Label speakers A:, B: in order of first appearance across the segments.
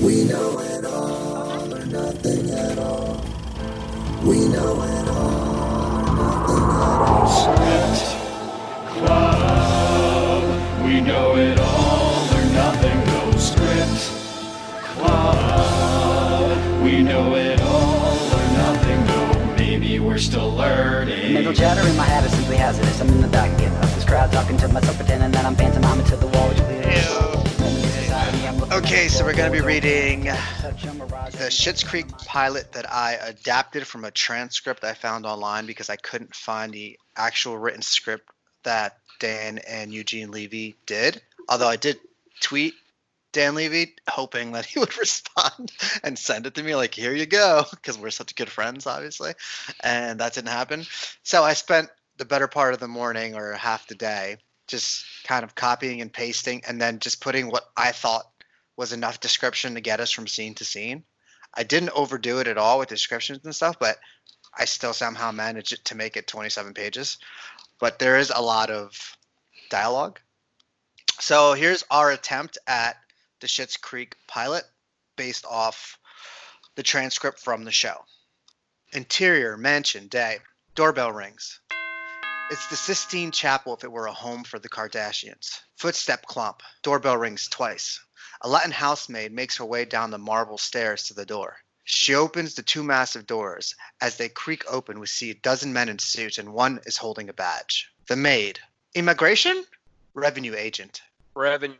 A: We know it all or nothing at all. We know it all or nothing at all.
B: Script Club. We know it all or nothing. No script club. We know it all or nothing. No, maybe we're still
C: Mental
B: learning.
C: chatter in my head is simply hazardous. I'm in the back end of this crowd talking to myself, pretending that I'm pantomiming to the wall. Would you believe it?
D: Okay, so we're gonna be reading the Schitt's Creek pilot that I adapted from a transcript I found online because I couldn't find the actual written script that Dan and Eugene Levy did. Although I did tweet Dan Levy hoping that he would respond and send it to me, like, here you go, because we're such good friends, obviously. And that didn't happen. So I spent the better part of the morning or half the day just kind of copying and pasting and then just putting what I thought was enough description to get us from scene to scene. I didn't overdo it at all with descriptions and stuff, but I still somehow managed it to make it 27 pages. But there is a lot of dialogue. So here's our attempt at the Schitt's Creek pilot based off the transcript from the show. Interior, mansion, day. Doorbell rings. It's the Sistine Chapel if it were a home for the Kardashians. Footstep clomp. Doorbell rings twice. A Latin housemaid makes her way down the marble stairs to the door. She opens the two massive doors. As they creak open, we see a dozen men in suits, and one is holding a badge. The maid. Immigration? Revenue agent.
E: Revenue.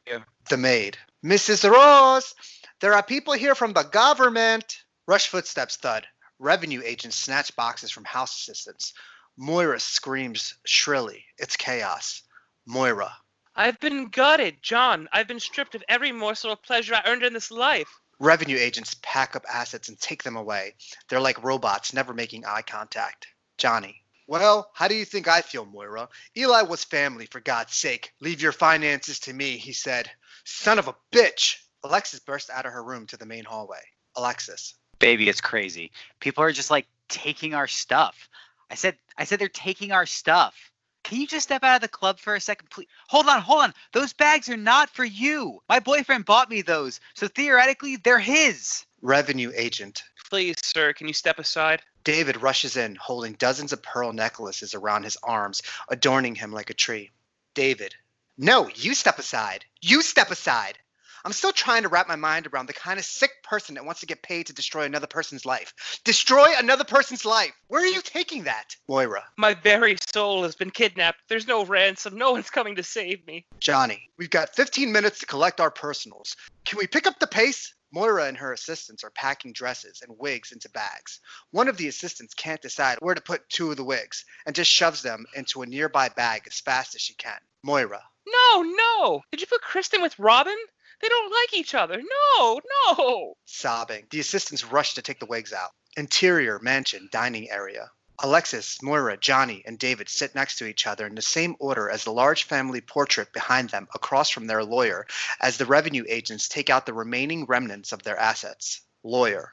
D: The maid. Mrs. Rose! There are people here from the government! Rush footsteps thud. Revenue agents snatch boxes from house assistants. Moira screams shrilly. It's chaos. Moira.
F: I've been gutted, John. I've been stripped of every morsel of pleasure I earned in this life.
D: Revenue agents pack up assets and take them away. They're like robots, never making eye contact. Johnny. Well, how do you think I feel, Moira? Eli was family, for God's sake. Leave your finances to me, he said. Son of a bitch! Alexis burst out of her room to the main hallway. Alexis.
G: Baby, it's crazy. People are just like taking our stuff. I said I said they're taking our stuff. Can you just step out of the club for a second, please? Hold on, hold on. Those bags are not for you. My boyfriend bought me those, so theoretically they're his.
D: Revenue agent.
F: Please, sir, can you step aside?
D: David rushes in, holding dozens of pearl necklaces around his arms, adorning him like a tree. David. No, you step aside. You step aside. I'm still trying to wrap my mind around the kind of sick person that wants to get paid to destroy another person's life. Destroy another person's life. Where are you taking that? Moira.
F: My very soul has been kidnapped. There's no ransom. No one's coming to save me.
D: Johnny. We've got 15 minutes to collect our personals. Can we pick up the pace? Moira and her assistants are packing dresses and wigs into bags. One of the assistants can't decide where to put two of the wigs and just shoves them into a nearby bag as fast as she can. Moira.
F: No, no. Did you put Kristen with Robin? They don't like each other. No, no.
D: sobbing. The assistants rush to take the wigs out. Interior mansion dining area. Alexis, Moira, Johnny, and David sit next to each other in the same order as the large family portrait behind them across from their lawyer as the revenue agents take out the remaining remnants of their assets. Lawyer.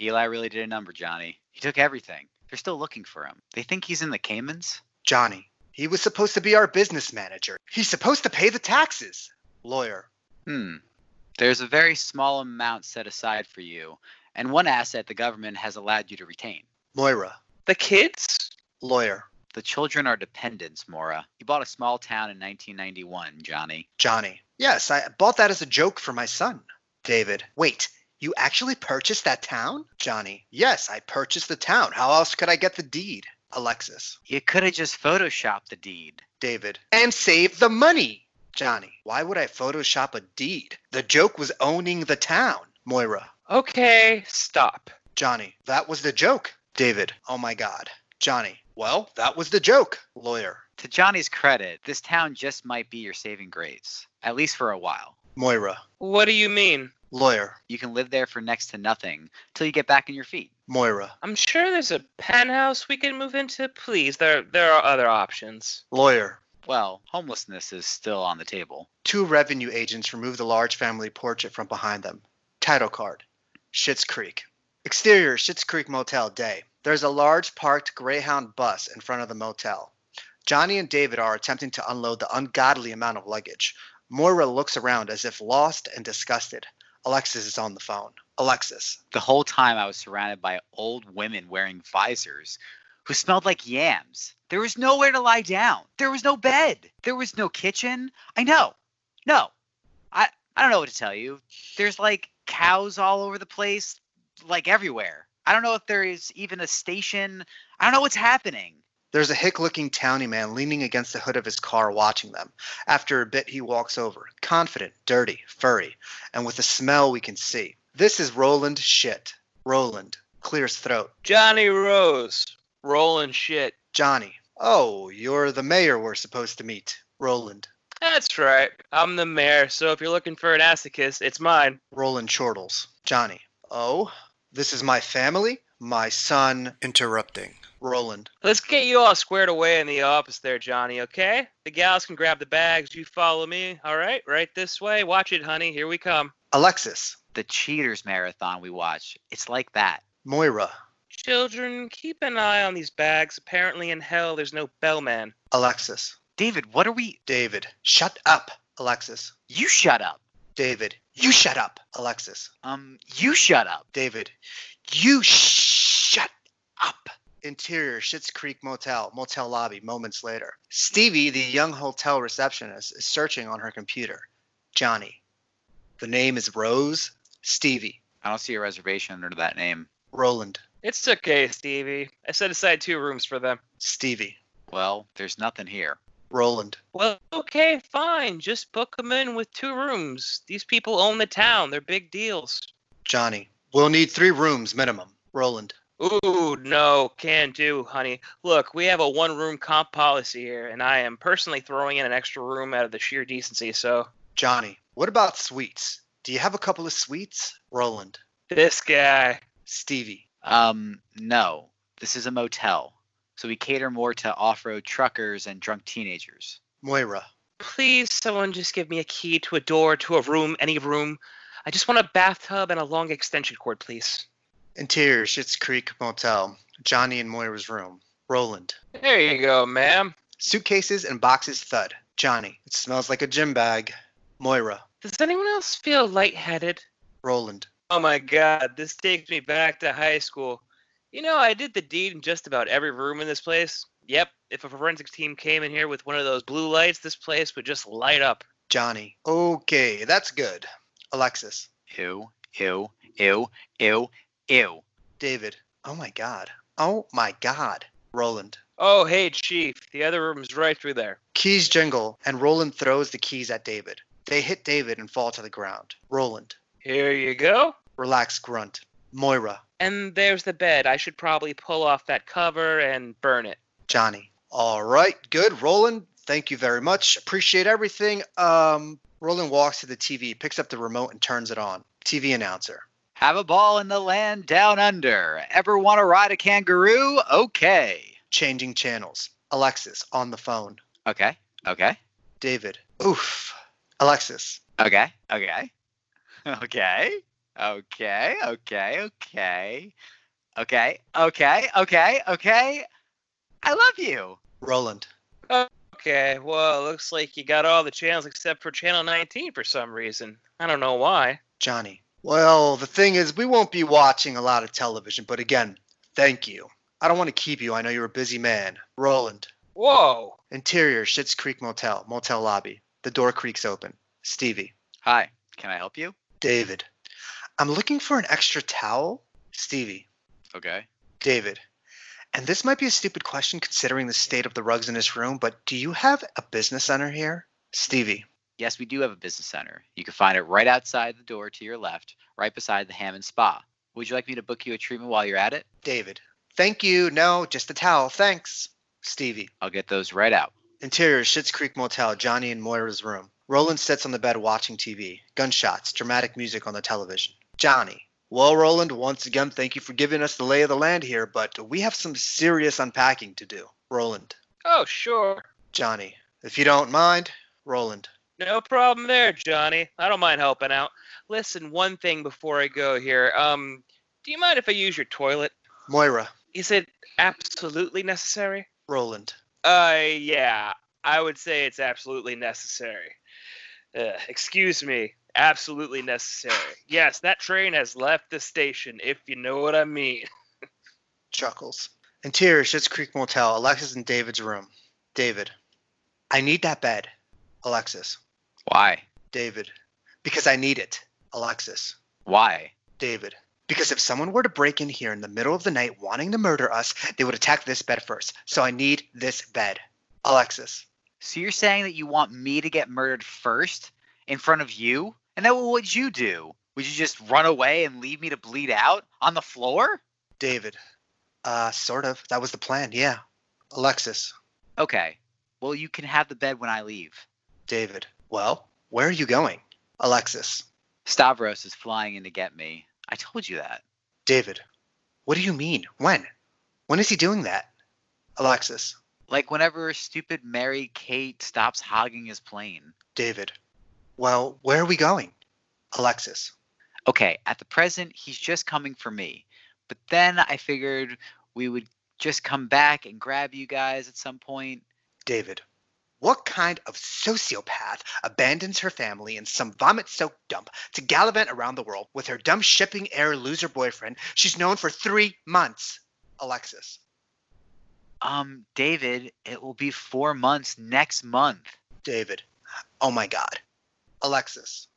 G: Eli really did a number, Johnny. He took everything. They're still looking for him. They think he's in the Caymans?
D: Johnny. He was supposed to be our business manager. He's supposed to pay the taxes. Lawyer.
G: Hmm. There's a very small amount set aside for you, and one asset the government has allowed you to retain.
D: Moira.
F: The kids?
D: Lawyer.
G: The children are dependents, Mora. You bought a small town in 1991, Johnny.
D: Johnny. Yes, I bought that as a joke for my son. David. Wait, you actually purchased that town? Johnny. Yes, I purchased the town. How else could I get the deed? Alexis.
G: You could have just photoshopped the deed.
D: David. And save the money. Johnny. Why would I Photoshop a deed? The joke was owning the town. Moira.
F: Okay, stop.
D: Johnny. That was the joke. David. Oh my God. Johnny. Well, that was the joke. Lawyer.
G: To Johnny's credit, this town just might be your saving grace, at least for a while.
D: Moira.
F: What do you mean?
D: Lawyer.
G: You can live there for next to nothing till you get back on your feet.
D: Moira.
F: I'm sure there's a penthouse we can move into. Please, there there are other options.
D: Lawyer.
G: Well, homelessness is still on the table.
D: Two revenue agents remove the large family portrait from behind them. Title card Schitt's Creek. Exterior Schitt's Creek Motel Day. There's a large parked Greyhound bus in front of the motel. Johnny and David are attempting to unload the ungodly amount of luggage. Moira looks around as if lost and disgusted. Alexis is on the phone. Alexis.
G: The whole time I was surrounded by old women wearing visors who smelled like yams. There was nowhere to lie down. There was no bed. There was no kitchen. I know. No. I I don't know what to tell you. There's like cows all over the place, like everywhere. I don't know if there is even a station. I don't know what's happening.
D: There's a hick looking towny man leaning against the hood of his car watching them. After a bit, he walks over, confident, dirty, furry, and with a smell we can see. This is Roland Shit. Roland clears throat.
E: Johnny Rose, rolling shit.
D: Johnny. Oh, you're the mayor we're supposed to meet. Roland.
E: That's right. I'm the mayor, so if you're looking for an assicus, it's mine.
D: Roland chortles. Johnny. Oh, this is my family? My son.
H: Interrupting.
D: Roland.
E: Let's get you all squared away in the office there, Johnny, okay? The gals can grab the bags. You follow me, all right? Right this way. Watch it, honey. Here we come.
D: Alexis.
G: The Cheaters Marathon we watch. It's like that.
D: Moira.
F: Children, keep an eye on these bags. Apparently, in hell, there's no bellman.
D: Alexis.
G: David, what are we?
D: David. Shut up. Alexis.
G: You shut up.
D: David. You shut up. Alexis.
G: Um, you shut up.
D: David. You sh- shut up. Interior Schitt's Creek Motel, motel lobby, moments later. Stevie, the young hotel receptionist, is searching on her computer. Johnny. The name is Rose. Stevie.
G: I don't see a reservation under that name.
D: Roland.
E: It's okay, Stevie. I set aside two rooms for them.
D: Stevie.
G: Well, there's nothing here.
D: Roland.
F: Well, okay, fine. Just book 'em in with two rooms. These people own the town. They're big deals.
D: Johnny. We'll need three rooms minimum. Roland.
E: Ooh, no, can do, honey. Look, we have a one room comp policy here, and I am personally throwing in an extra room out of the sheer decency, so.
D: Johnny. What about suites? Do you have a couple of suites? Roland.
E: This guy.
D: Stevie.
G: Um, no, this is a motel, so we cater more to off-road truckers and drunk teenagers.
D: Moira.
F: Please, someone just give me a key to a door, to a room, any room. I just want a bathtub and a long extension cord, please.
D: Interior Schitt's Creek Motel. Johnny and Moira's room. Roland.
E: There you go, ma'am.
D: Suitcases and boxes thud. Johnny. It smells like a gym bag. Moira.
F: Does anyone else feel lightheaded?
D: Roland.
E: Oh my god, this takes me back to high school. You know, I did the deed in just about every room in this place. Yep, if a forensics team came in here with one of those blue lights, this place would just light up.
D: Johnny. Okay, that's good. Alexis.
G: Ew, ew, ew, ew, ew.
D: David. Oh my god. Oh my god. Roland.
E: Oh, hey, Chief, the other room's right through there.
D: Keys jingle, and Roland throws the keys at David. They hit David and fall to the ground. Roland.
E: Here you go.
D: Relaxed grunt. Moira.
F: And there's the bed. I should probably pull off that cover and burn it.
D: Johnny. All right, good. Roland, thank you very much. Appreciate everything. Um, Roland walks to the TV, picks up the remote, and turns it on. TV announcer.
G: Have a ball in the land down under. Ever want to ride a kangaroo? Okay.
D: Changing channels. Alexis on the phone.
G: Okay. Okay.
D: David. Oof. Alexis.
G: Okay. Okay. Okay. Okay. Okay. Okay. Okay. Okay. Okay. Okay. I love you.
D: Roland.
E: Okay, well, it looks like you got all the channels except for channel 19 for some reason. I don't know why.
D: Johnny. Well, the thing is, we won't be watching a lot of television, but again, thank you. I don't want to keep you. I know you're a busy man. Roland.
E: Whoa!
D: Interior, Schitt's Creek Motel, motel lobby. The door creaks open. Stevie.
G: Hi. Can I help you?
D: David. I'm looking for an extra towel. Stevie.
G: Okay.
D: David. And this might be a stupid question considering the state of the rugs in this room, but do you have a business center here? Stevie.
G: Yes, we do have a business center. You can find it right outside the door to your left, right beside the Hammond Spa. Would you like me to book you a treatment while you're at it?
D: David. Thank you. No, just a towel. Thanks. Stevie.
G: I'll get those right out.
D: Interior, Schitt's Creek Motel, Johnny and Moira's room. Roland sits on the bed watching TV. Gunshots, dramatic music on the television. Johnny. Well, Roland, once again, thank you for giving us the lay of the land here, but we have some serious unpacking to do. Roland.
E: Oh, sure.
D: Johnny. If you don't mind, Roland.
E: No problem there, Johnny. I don't mind helping out. Listen, one thing before I go here. Um, do you mind if I use your toilet?
D: Moira.
E: Is it absolutely necessary?
D: Roland.
E: Uh, yeah. I would say it's absolutely necessary. Uh, excuse me. absolutely necessary. Yes, that train has left the station, if you know what I mean.
D: Chuckles. Interior, Schitt's Creek Motel, Alexis and David's room. David. I need that bed. Alexis.
G: Why?
D: David. Because I need it. Alexis.
G: Why?
D: David. Because if someone were to break in here in the middle of the night wanting to murder us, they would attack this bed first. So I need this bed. Alexis.
G: So you're saying that you want me to get murdered first in front of you? And then what would you do? Would you just run away and leave me to bleed out on the floor?
D: David. Uh, sort of. That was the plan, yeah. Alexis.
G: Okay. Well, you can have the bed when I leave.
D: David. Well, where are you going? Alexis.
G: Stavros is flying in to get me. I told you that.
D: David. What do you mean? When? When is he doing that? Alexis.
G: Like whenever stupid Mary Kate stops hogging his plane.
D: David. Well, where are we going? Alexis.
G: Okay, at the present, he's just coming for me. But then I figured we would just come back and grab you guys at some point.
D: David. What kind of sociopath abandons her family in some vomit soaked dump to gallivant around the world with her dumb shipping air loser boyfriend she's known for three months? Alexis.
G: Um, David, it will be four months next month.
D: David. Oh my God. Alexis.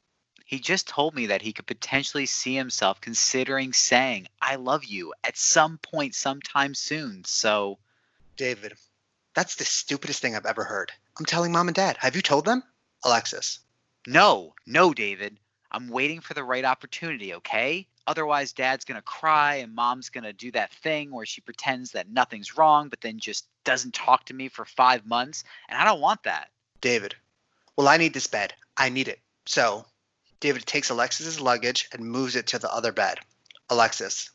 G: He just told me that he could potentially see himself considering saying, I love you at some point sometime soon. So,
D: David. That's the stupidest thing I've ever heard. I'm telling mom and dad. Have you told them? Alexis.
G: No, no, David. I'm waiting for the right opportunity, okay? Otherwise, dad's gonna cry and mom's gonna do that thing where she pretends that nothing's wrong but then just doesn't talk to me for five months. And I don't want that.
D: David. Well, I need this bed. I need it. So, David takes Alexis's luggage and moves it to the other bed. Alexis.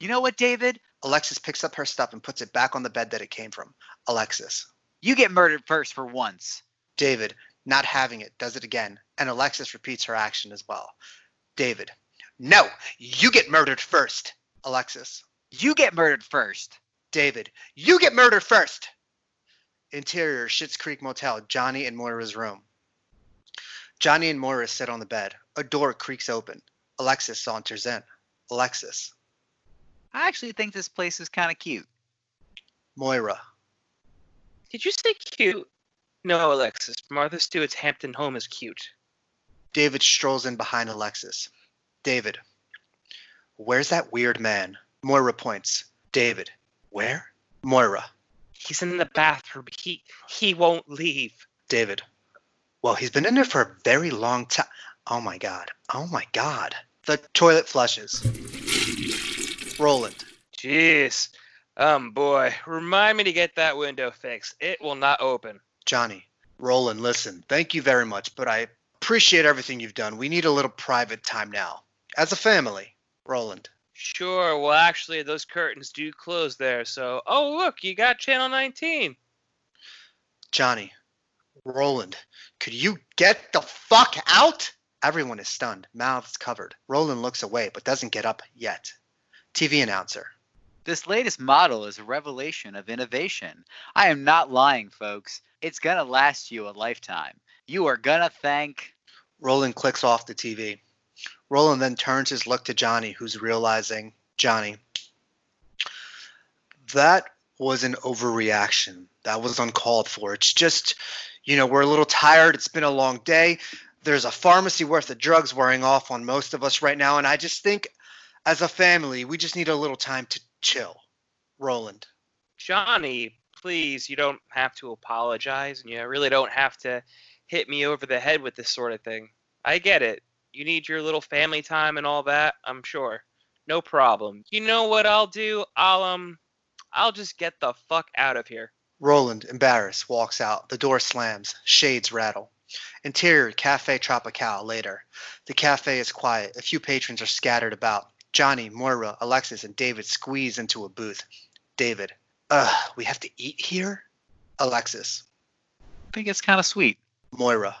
G: You know what, David?
D: Alexis picks up her stuff and puts it back on the bed that it came from. Alexis.
G: You get murdered first for once.
D: David, not having it, does it again, and Alexis repeats her action as well. David, no, you get murdered first. Alexis,
G: You get murdered first.
D: David, you get murdered first. Interior, Schitt's Creek Motel, Johnny and Moira's room. Johnny and Moira sit on the bed. A door creaks open. Alexis saunters in. Alexis,
G: I actually think this place is kind of cute.
D: Moira,
E: Did you say cute? No, Alexis. Martha Stewart's Hampton home is cute.
D: David strolls in behind Alexis. David, where's that weird man? Moira points. David, where? Moira,
E: He's in the bathroom. He he won't leave.
D: David, well, he's been in there for a very long time. Oh my god. Oh my god. The toilet flushes. Roland,
E: Jeez. Um boy, remind me to get that window fixed. It will not open.
D: Johnny, Roland, listen, thank you very much, but I appreciate everything you've done. We need a little private time now. As a family, Roland,
E: Sure, well actually those curtains do close there, so oh look, you got channel nineteen.
D: Johnny, Roland, could you get the fuck out? Everyone is stunned, mouths covered. Roland looks away but doesn't get up yet. TV announcer.
G: This latest model is a revelation of innovation. I am not lying, folks. It's gonna last you a lifetime. You are gonna thank.
D: Roland clicks off the TV. Roland then turns his look to Johnny, who's realizing, Johnny, that was an overreaction. That was uncalled for. It's just, you know, we're a little tired. It's been a long day. There's a pharmacy worth of drugs wearing off on most of us right now. And I just think, as a family, we just need a little time to chill. Roland,
E: Johnny, please, you don't have to apologize and you really don't have to hit me over the head with this sort of thing. I get it. You need your little family time and all that, I'm sure. No problem. You know what I'll do? I'll um I'll just get the fuck out of here.
D: Roland, embarrassed, walks out. The door slams. Shades rattle. Interior, Cafe Tropical, later. The cafe is quiet. A few patrons are scattered about. Johnny, Moira, Alexis, and David squeeze into a booth. David, ugh, we have to eat here? Alexis,
G: I think it's kind of sweet.
D: Moira,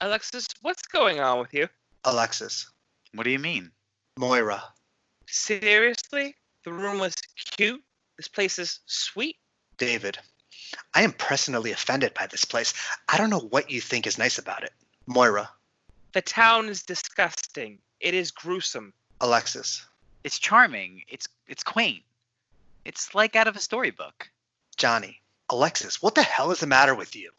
E: Alexis, what's going on with you?
D: Alexis,
G: What do you mean?
D: Moira,
E: Seriously? The room was cute. This place is sweet.
D: David. I am personally offended by this place. I don't know what you think is nice about it. Moira,
E: The town is disgusting. It is gruesome.
D: Alexis,
G: It's charming. It's it's quaint. It's like out of a storybook.
D: Johnny, Alexis, what the hell is the matter with you?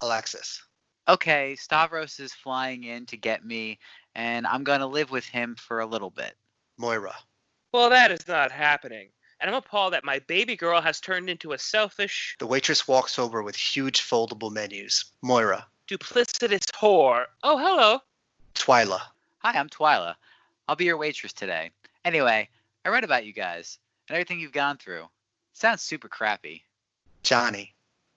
D: Alexis,
G: Okay, Stavros is flying in to get me, and I'm gonna live with him for a little bit.
D: Moira,
E: Well, that is not happening. And I'm appalled that my baby girl has turned into a selfish,
D: the waitress walks over with huge foldable menus. Moira,
E: duplicitous whore. Oh, hello.
D: Twyla,
G: Hi, I'm Twyla. I'll be your waitress today. Anyway, I read about you guys and everything you've gone through. Sounds super crappy.
D: Johnny,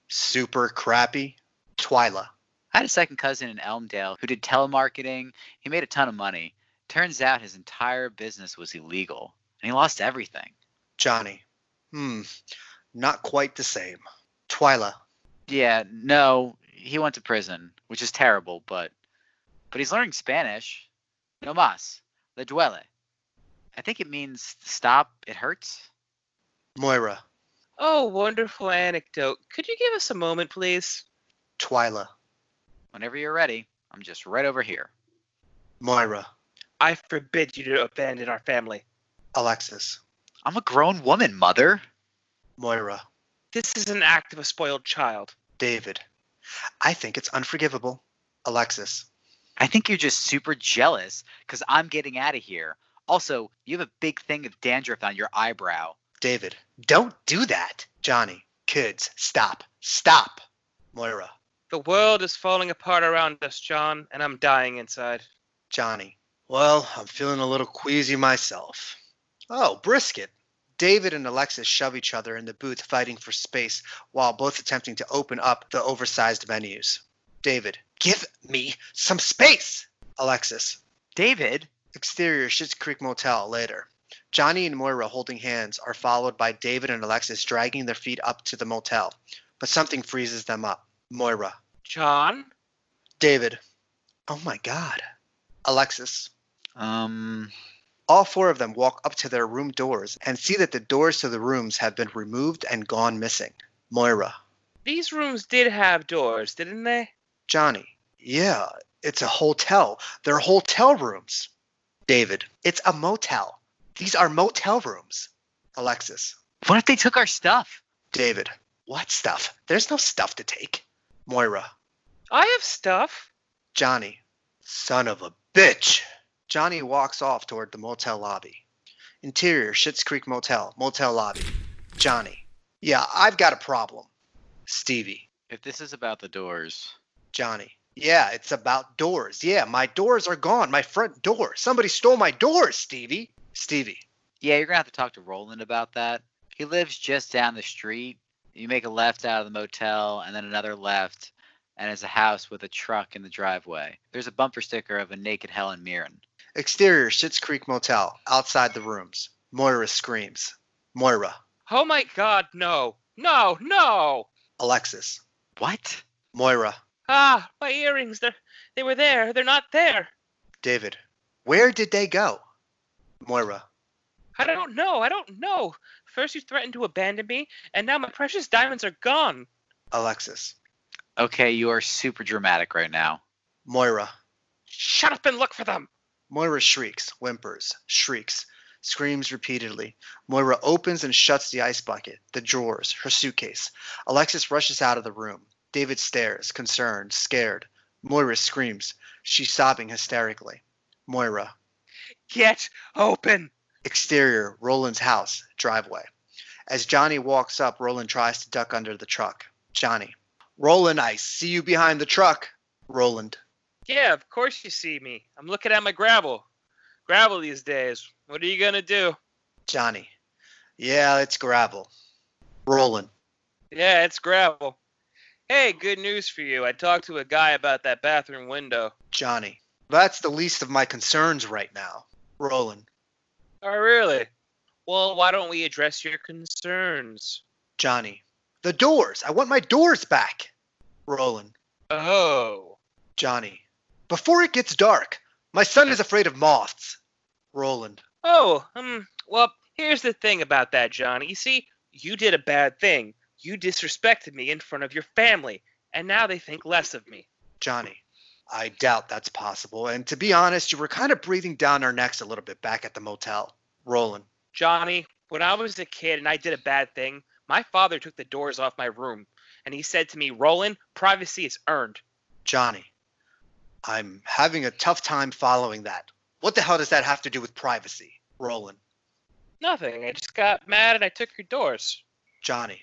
D: super crappy. Twyla,
G: I had a second cousin in Elmdale who did telemarketing. He made a ton of money. Turns out his entire business was illegal, and he lost everything.
D: Johnny, hmm, not quite the same. Twyla,
G: Yeah, no, he went to prison, which is terrible, but but he's learning Spanish. No más. Le duele. I think it means stop, it hurts.
D: Moira,
E: Oh, wonderful anecdote. Could you give us a moment, please?
D: Twyla,
G: Whenever you're ready, I'm just right over here.
D: Moira,
E: I forbid you to abandon our family.
D: Alexis,
G: I'm a grown woman, mother.
D: Moira,
E: This is an act of a spoiled child.
D: David. I think it's unforgivable. Alexis,
G: I think you're just super jealous because I'm getting out of here. Also, you have a big thing of dandruff on your eyebrow.
D: David, don't do that. Johnny, kids, stop, stop. Moira,
E: The world is falling apart around us, John, and I'm dying inside.
D: Johnny, well, I'm feeling a little queasy myself. Oh, brisket. David and Alexis shove each other in the booth, fighting for space while both attempting to open up the oversized menus. David, give me some space. Alexis,
G: David,
D: exterior Schitt's Creek Motel later. Johnny and Moira holding hands are followed by David and Alexis dragging their feet up to the motel, but something freezes them up. Moira.
E: John?
D: David. Oh my god. Alexis.
G: um,
D: All four of them walk up to their room doors and see that the doors to the rooms have been removed and gone missing. Moira.
E: These rooms did have doors, didn't they?
D: Johnny. Yeah, it's a hotel. They're hotel rooms. David. It's a motel. These are motel rooms. Alexis.
G: what if they took our stuff?
D: David, what stuff? There's no stuff to take. Moira,
E: I have stuff.
D: Johnny, son of a bitch. Johnny walks off toward the motel lobby. Interior, Schitt's Creek Motel, motel lobby. Johnny, yeah, I've got a problem. Stevie,
G: If this is about the doors,
D: Johnny, yeah, it's about doors. Yeah, my doors are gone. My front door. Somebody stole my doors, Stevie. Stevie,
G: Yeah, you're gonna have to talk to Roland about that. He lives just down the street. You make a left out of the motel and then another left, and it's a house with a truck in the driveway. There's a bumper sticker of a naked Helen Mirren.
D: exterior, Schitt's Creek Motel, outside the rooms. Moira screams. Moira,
E: Oh my god, no. No, no!
D: Alexis,
G: What?
D: Moira,
E: Ah, my earrings, they're, they were there. They're not there.
D: David, where did they go? Moira,
E: I don't know. I don't know. First you threatened to abandon me, and now my precious diamonds are gone.
D: Alexis,
G: Okay, you are super dramatic right now.
D: Moira.
E: Shut up and look for them.
D: Moira shrieks, whimpers, shrieks, screams repeatedly. Moira opens and shuts the ice bucket, the drawers, her suitcase. Alexis rushes out of the room. David stares, concerned, scared. Moira screams. She's sobbing hysterically. Moira.
E: Get open.
D: Exterior, Roland's house, driveway. As Johnny walks up, Roland tries to duck under the truck. Johnny. Roland, I see you behind the truck. Roland.
E: Yeah, of course you see me. I'm looking at my gravel. Gravel these days. What are you gonna do?
D: Johnny. Yeah, it's gravel. Roland.
E: Yeah, it's gravel. Hey, good news for you. I talked to a guy about that bathroom window.
D: Johnny. That's the least of my concerns right now. Roland.
E: Oh, really? Well, why don't we address your concerns?
D: Johnny. The doors. I want my doors back. Roland.
E: Oh.
D: Johnny. Before it gets dark, my son is afraid of moths. Roland.
E: Oh, um, well, here's the thing about that, Johnny. You see, you did a bad thing. You disrespected me in front of your family, and now they think less of me.
D: Johnny. I doubt that's possible. And to be honest, you were kind of breathing down our necks a little bit back at the motel. Roland.
E: Johnny, when I was a kid and I did a bad thing, my father took the doors off my room and he said to me, Roland, privacy is earned.
D: Johnny. I'm having a tough time following that. What the hell does that have to do with privacy? Roland.
E: Nothing. I just got mad and I took your doors.
D: Johnny.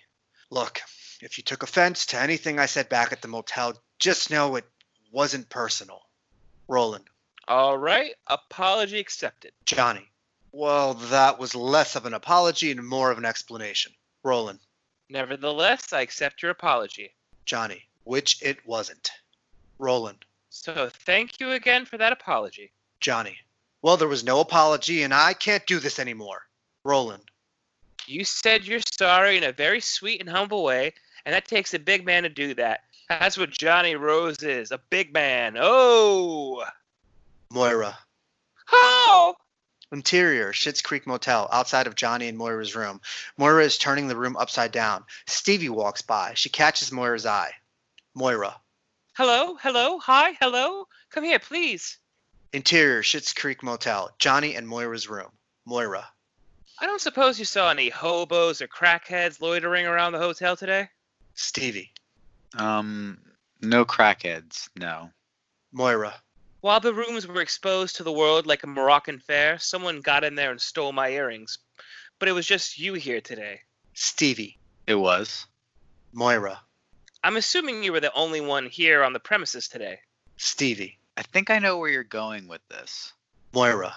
D: Look, if you took offense to anything I said back at the motel, just know it wasn't personal. Roland.
E: All right. Apology accepted.
D: Johnny. Well, that was less of an apology and more of an explanation. Roland.
E: Nevertheless, I accept your apology.
D: Johnny. Which it wasn't. Roland.
E: So thank you again for that apology.
D: Johnny. Well, there was no apology, and I can't do this anymore. Roland.
E: You said you're sorry in a very sweet and humble way, and that takes a big man to do that. That's what Johnny Rose is a big man. Oh!
D: Moira.
E: How?
D: Interior, Schitt's Creek Motel, outside of Johnny and Moira's room. Moira is turning the room upside down. Stevie walks by. She catches Moira's eye. Moira.
E: Hello? Hello? Hi? Hello? Come here, please.
D: Interior, Schitt's Creek Motel, Johnny and Moira's room. Moira.
E: I don't suppose you saw any hobos or crackheads loitering around the hotel today?
D: Stevie.
G: Um, no crackheads, no.
D: Moira.
E: While the rooms were exposed to the world like a Moroccan fair, someone got in there and stole my earrings. But it was just you here today.
D: Stevie.
G: It was.
D: Moira.
E: I'm assuming you were the only one here on the premises today.
D: Stevie.
G: I think I know where you're going with this.
D: Moira.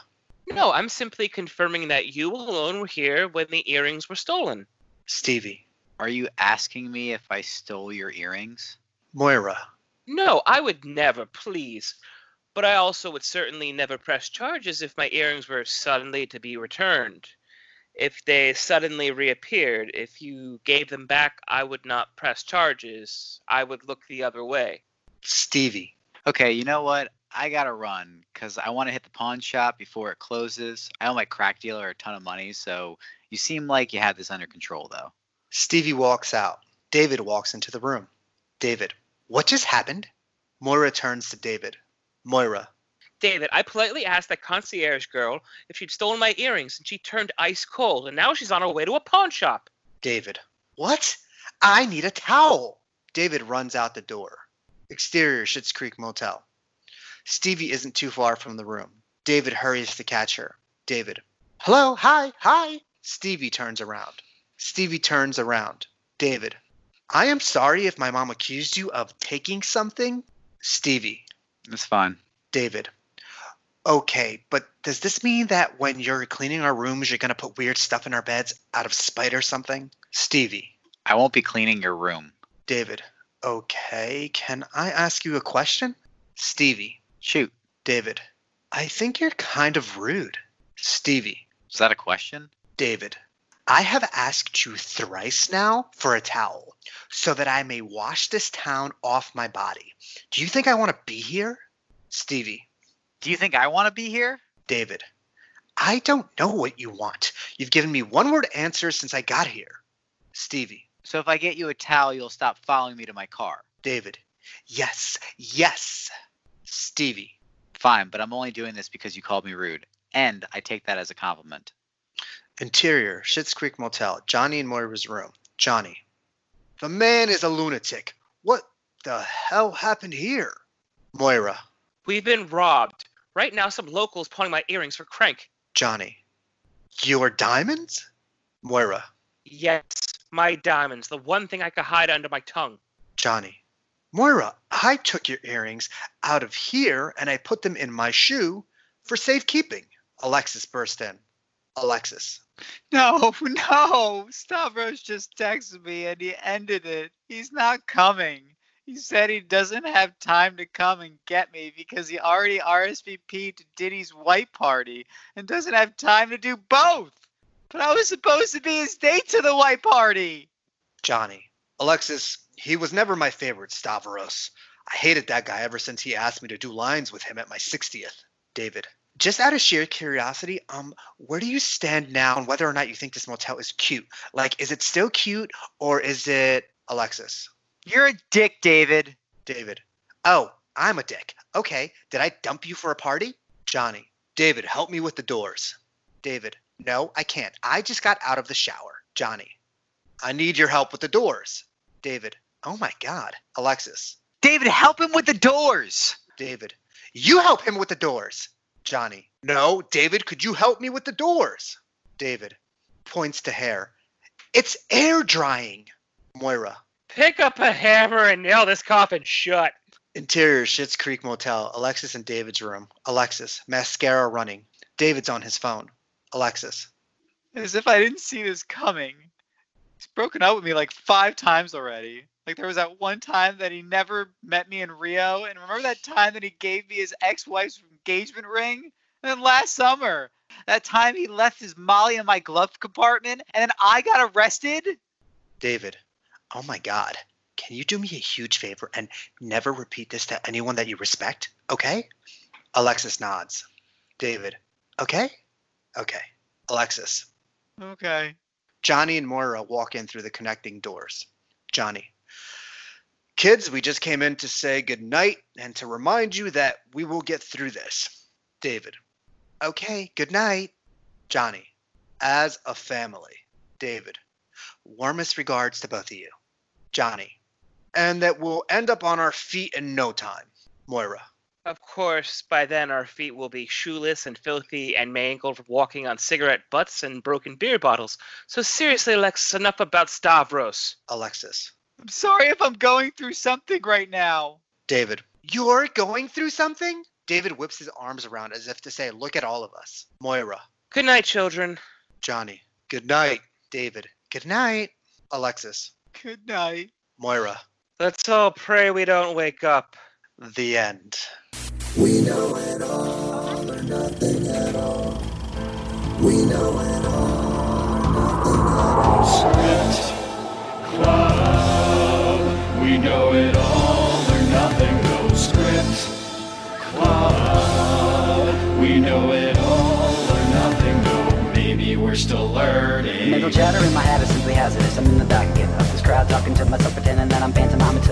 E: No, I'm simply confirming that you alone were here when the earrings were stolen.
D: Stevie.
G: Are you asking me if I stole your earrings?
D: Moira.
E: No, I would never, please. But I also would certainly never press charges if my earrings were suddenly to be returned. If they suddenly reappeared, if you gave them back, I would not press charges. I would look the other way.
D: Stevie.
G: Okay, you know what? I gotta run because I want to hit the pawn shop before it closes. I owe my crack dealer a ton of money, so you seem like you have this under control, though.
D: Stevie walks out. David walks into the room. David, what just happened? Moira turns to David. Moira.
E: David, I politely asked that concierge girl if she'd stolen my earrings, and she turned ice cold, and now she's on her way to a pawn shop.
D: David, what? I need a towel. David runs out the door. Exterior, Schitt's Creek Motel. Stevie isn't too far from the room. David hurries to catch her. David, hello, hi, hi. Stevie turns around. Stevie turns around. David, I am sorry if my mom accused you of taking something. Stevie,
G: It's fine.
D: David, okay, but does this mean that when you're cleaning our rooms, you're going to put weird stuff in our beds out of spite or something? Stevie,
G: I won't be cleaning your room.
D: David, okay, can I ask you a question? Stevie,
G: Shoot,
D: David, I think you're kind of rude. Stevie,
G: is that a question?
D: David, I have asked you thrice now for a towel so that I may wash this town off my body. Do you think I want to be here? Stevie,
G: Do you think I want to be here?
D: David, I don't know what you want. You've given me one word answers since I got here. Stevie,
G: So if I get you a towel, you'll stop following me to my car.
D: David, yes, yes. Stevie,
G: Fine, but I'm only doing this because you called me rude, and I take that as a compliment.
D: Interior, Schitt's Creek Motel, Johnny and Moira's room. Johnny. The man is a lunatic. What the hell happened here? Moira,
E: We've been robbed. Right now, some local's pawning my earrings for crank.
D: Johnny. Your diamonds? Moira,
E: Yes, my diamonds, the one thing I could hide under my tongue.
D: Johnny. Moira, I took your earrings out of here and I put them in my shoe for safekeeping. Alexis burst in. Alexis.
G: No, no, Stavros just texted me and he ended it. He's not coming. He said he doesn't have time to come and get me because he already RSVP'd to Diddy's white party and doesn't have time to do both. But I was supposed to be his date to the white party.
D: Johnny. Alexis, he was never my favorite, Stavros. I hated that guy ever since he asked me to do lines with him at my 60th. David. Just out of sheer curiosity, um, where do you stand now on whether or not you think this motel is cute? Like, is it still cute or is it Alexis?
G: You're a dick, David.
D: David. Oh, I'm a dick. Okay, did I dump you for a party? Johnny, David, help me with the doors. David, no, I can't. I just got out of the shower. Johnny, I need your help with the doors. David, oh my God. Alexis,
G: David, help him with the doors.
D: David, you help him with the doors. Johnny, no, David, could you help me with the doors? David, points to hair. It's air drying. Moira,
F: Pick up a hammer and nail this coffin shut.
D: Interior Schitt's Creek Motel, Alexis in David's room. Alexis, mascara running. David's on his phone. Alexis,
G: As if I didn't see this coming. He's broken up with me like five times already. Like there was that one time that he never met me in Rio, and remember that time that he gave me his ex-wife's engagement ring? And then last summer, that time he left his Molly in my glove compartment, and then I got arrested.
D: David, oh my God, can you do me a huge favor and never repeat this to anyone that you respect? Okay? Alexis nods. David, okay? Okay. Alexis,
G: Okay.
D: Johnny and Moira walk in through the connecting doors. Johnny. Kids, we just came in to say goodnight and to remind you that we will get through this. David. Okay, good night. Johnny. As a family. David. Warmest regards to both of you. Johnny. And that we'll end up on our feet in no time. Moira.
F: Of course, by then our feet will be shoeless and filthy and mangled from walking on cigarette butts and broken beer bottles. So seriously, Lex, enough about Stavros.
D: Alexis.
G: I'm sorry if I'm going through something right now.
D: David. You're going through something? David whips his arms around as if to say, look at all of us. Moira.
F: Good night, children.
D: Johnny. Good night. David. Good night. Alexis.
G: Good night.
D: Moira.
F: Let's all pray we don't wake up.
D: The end.
A: We know it all or nothing at all. We know it all, nothing at all.
B: Script Club. We know it all or nothing. No script club. We know it all or nothing. No, maybe we're still learning.
C: Mental chatter in my head is simply hazardous. I'm in the back end of this crowd talking to myself, pretending that I'm pantomiming to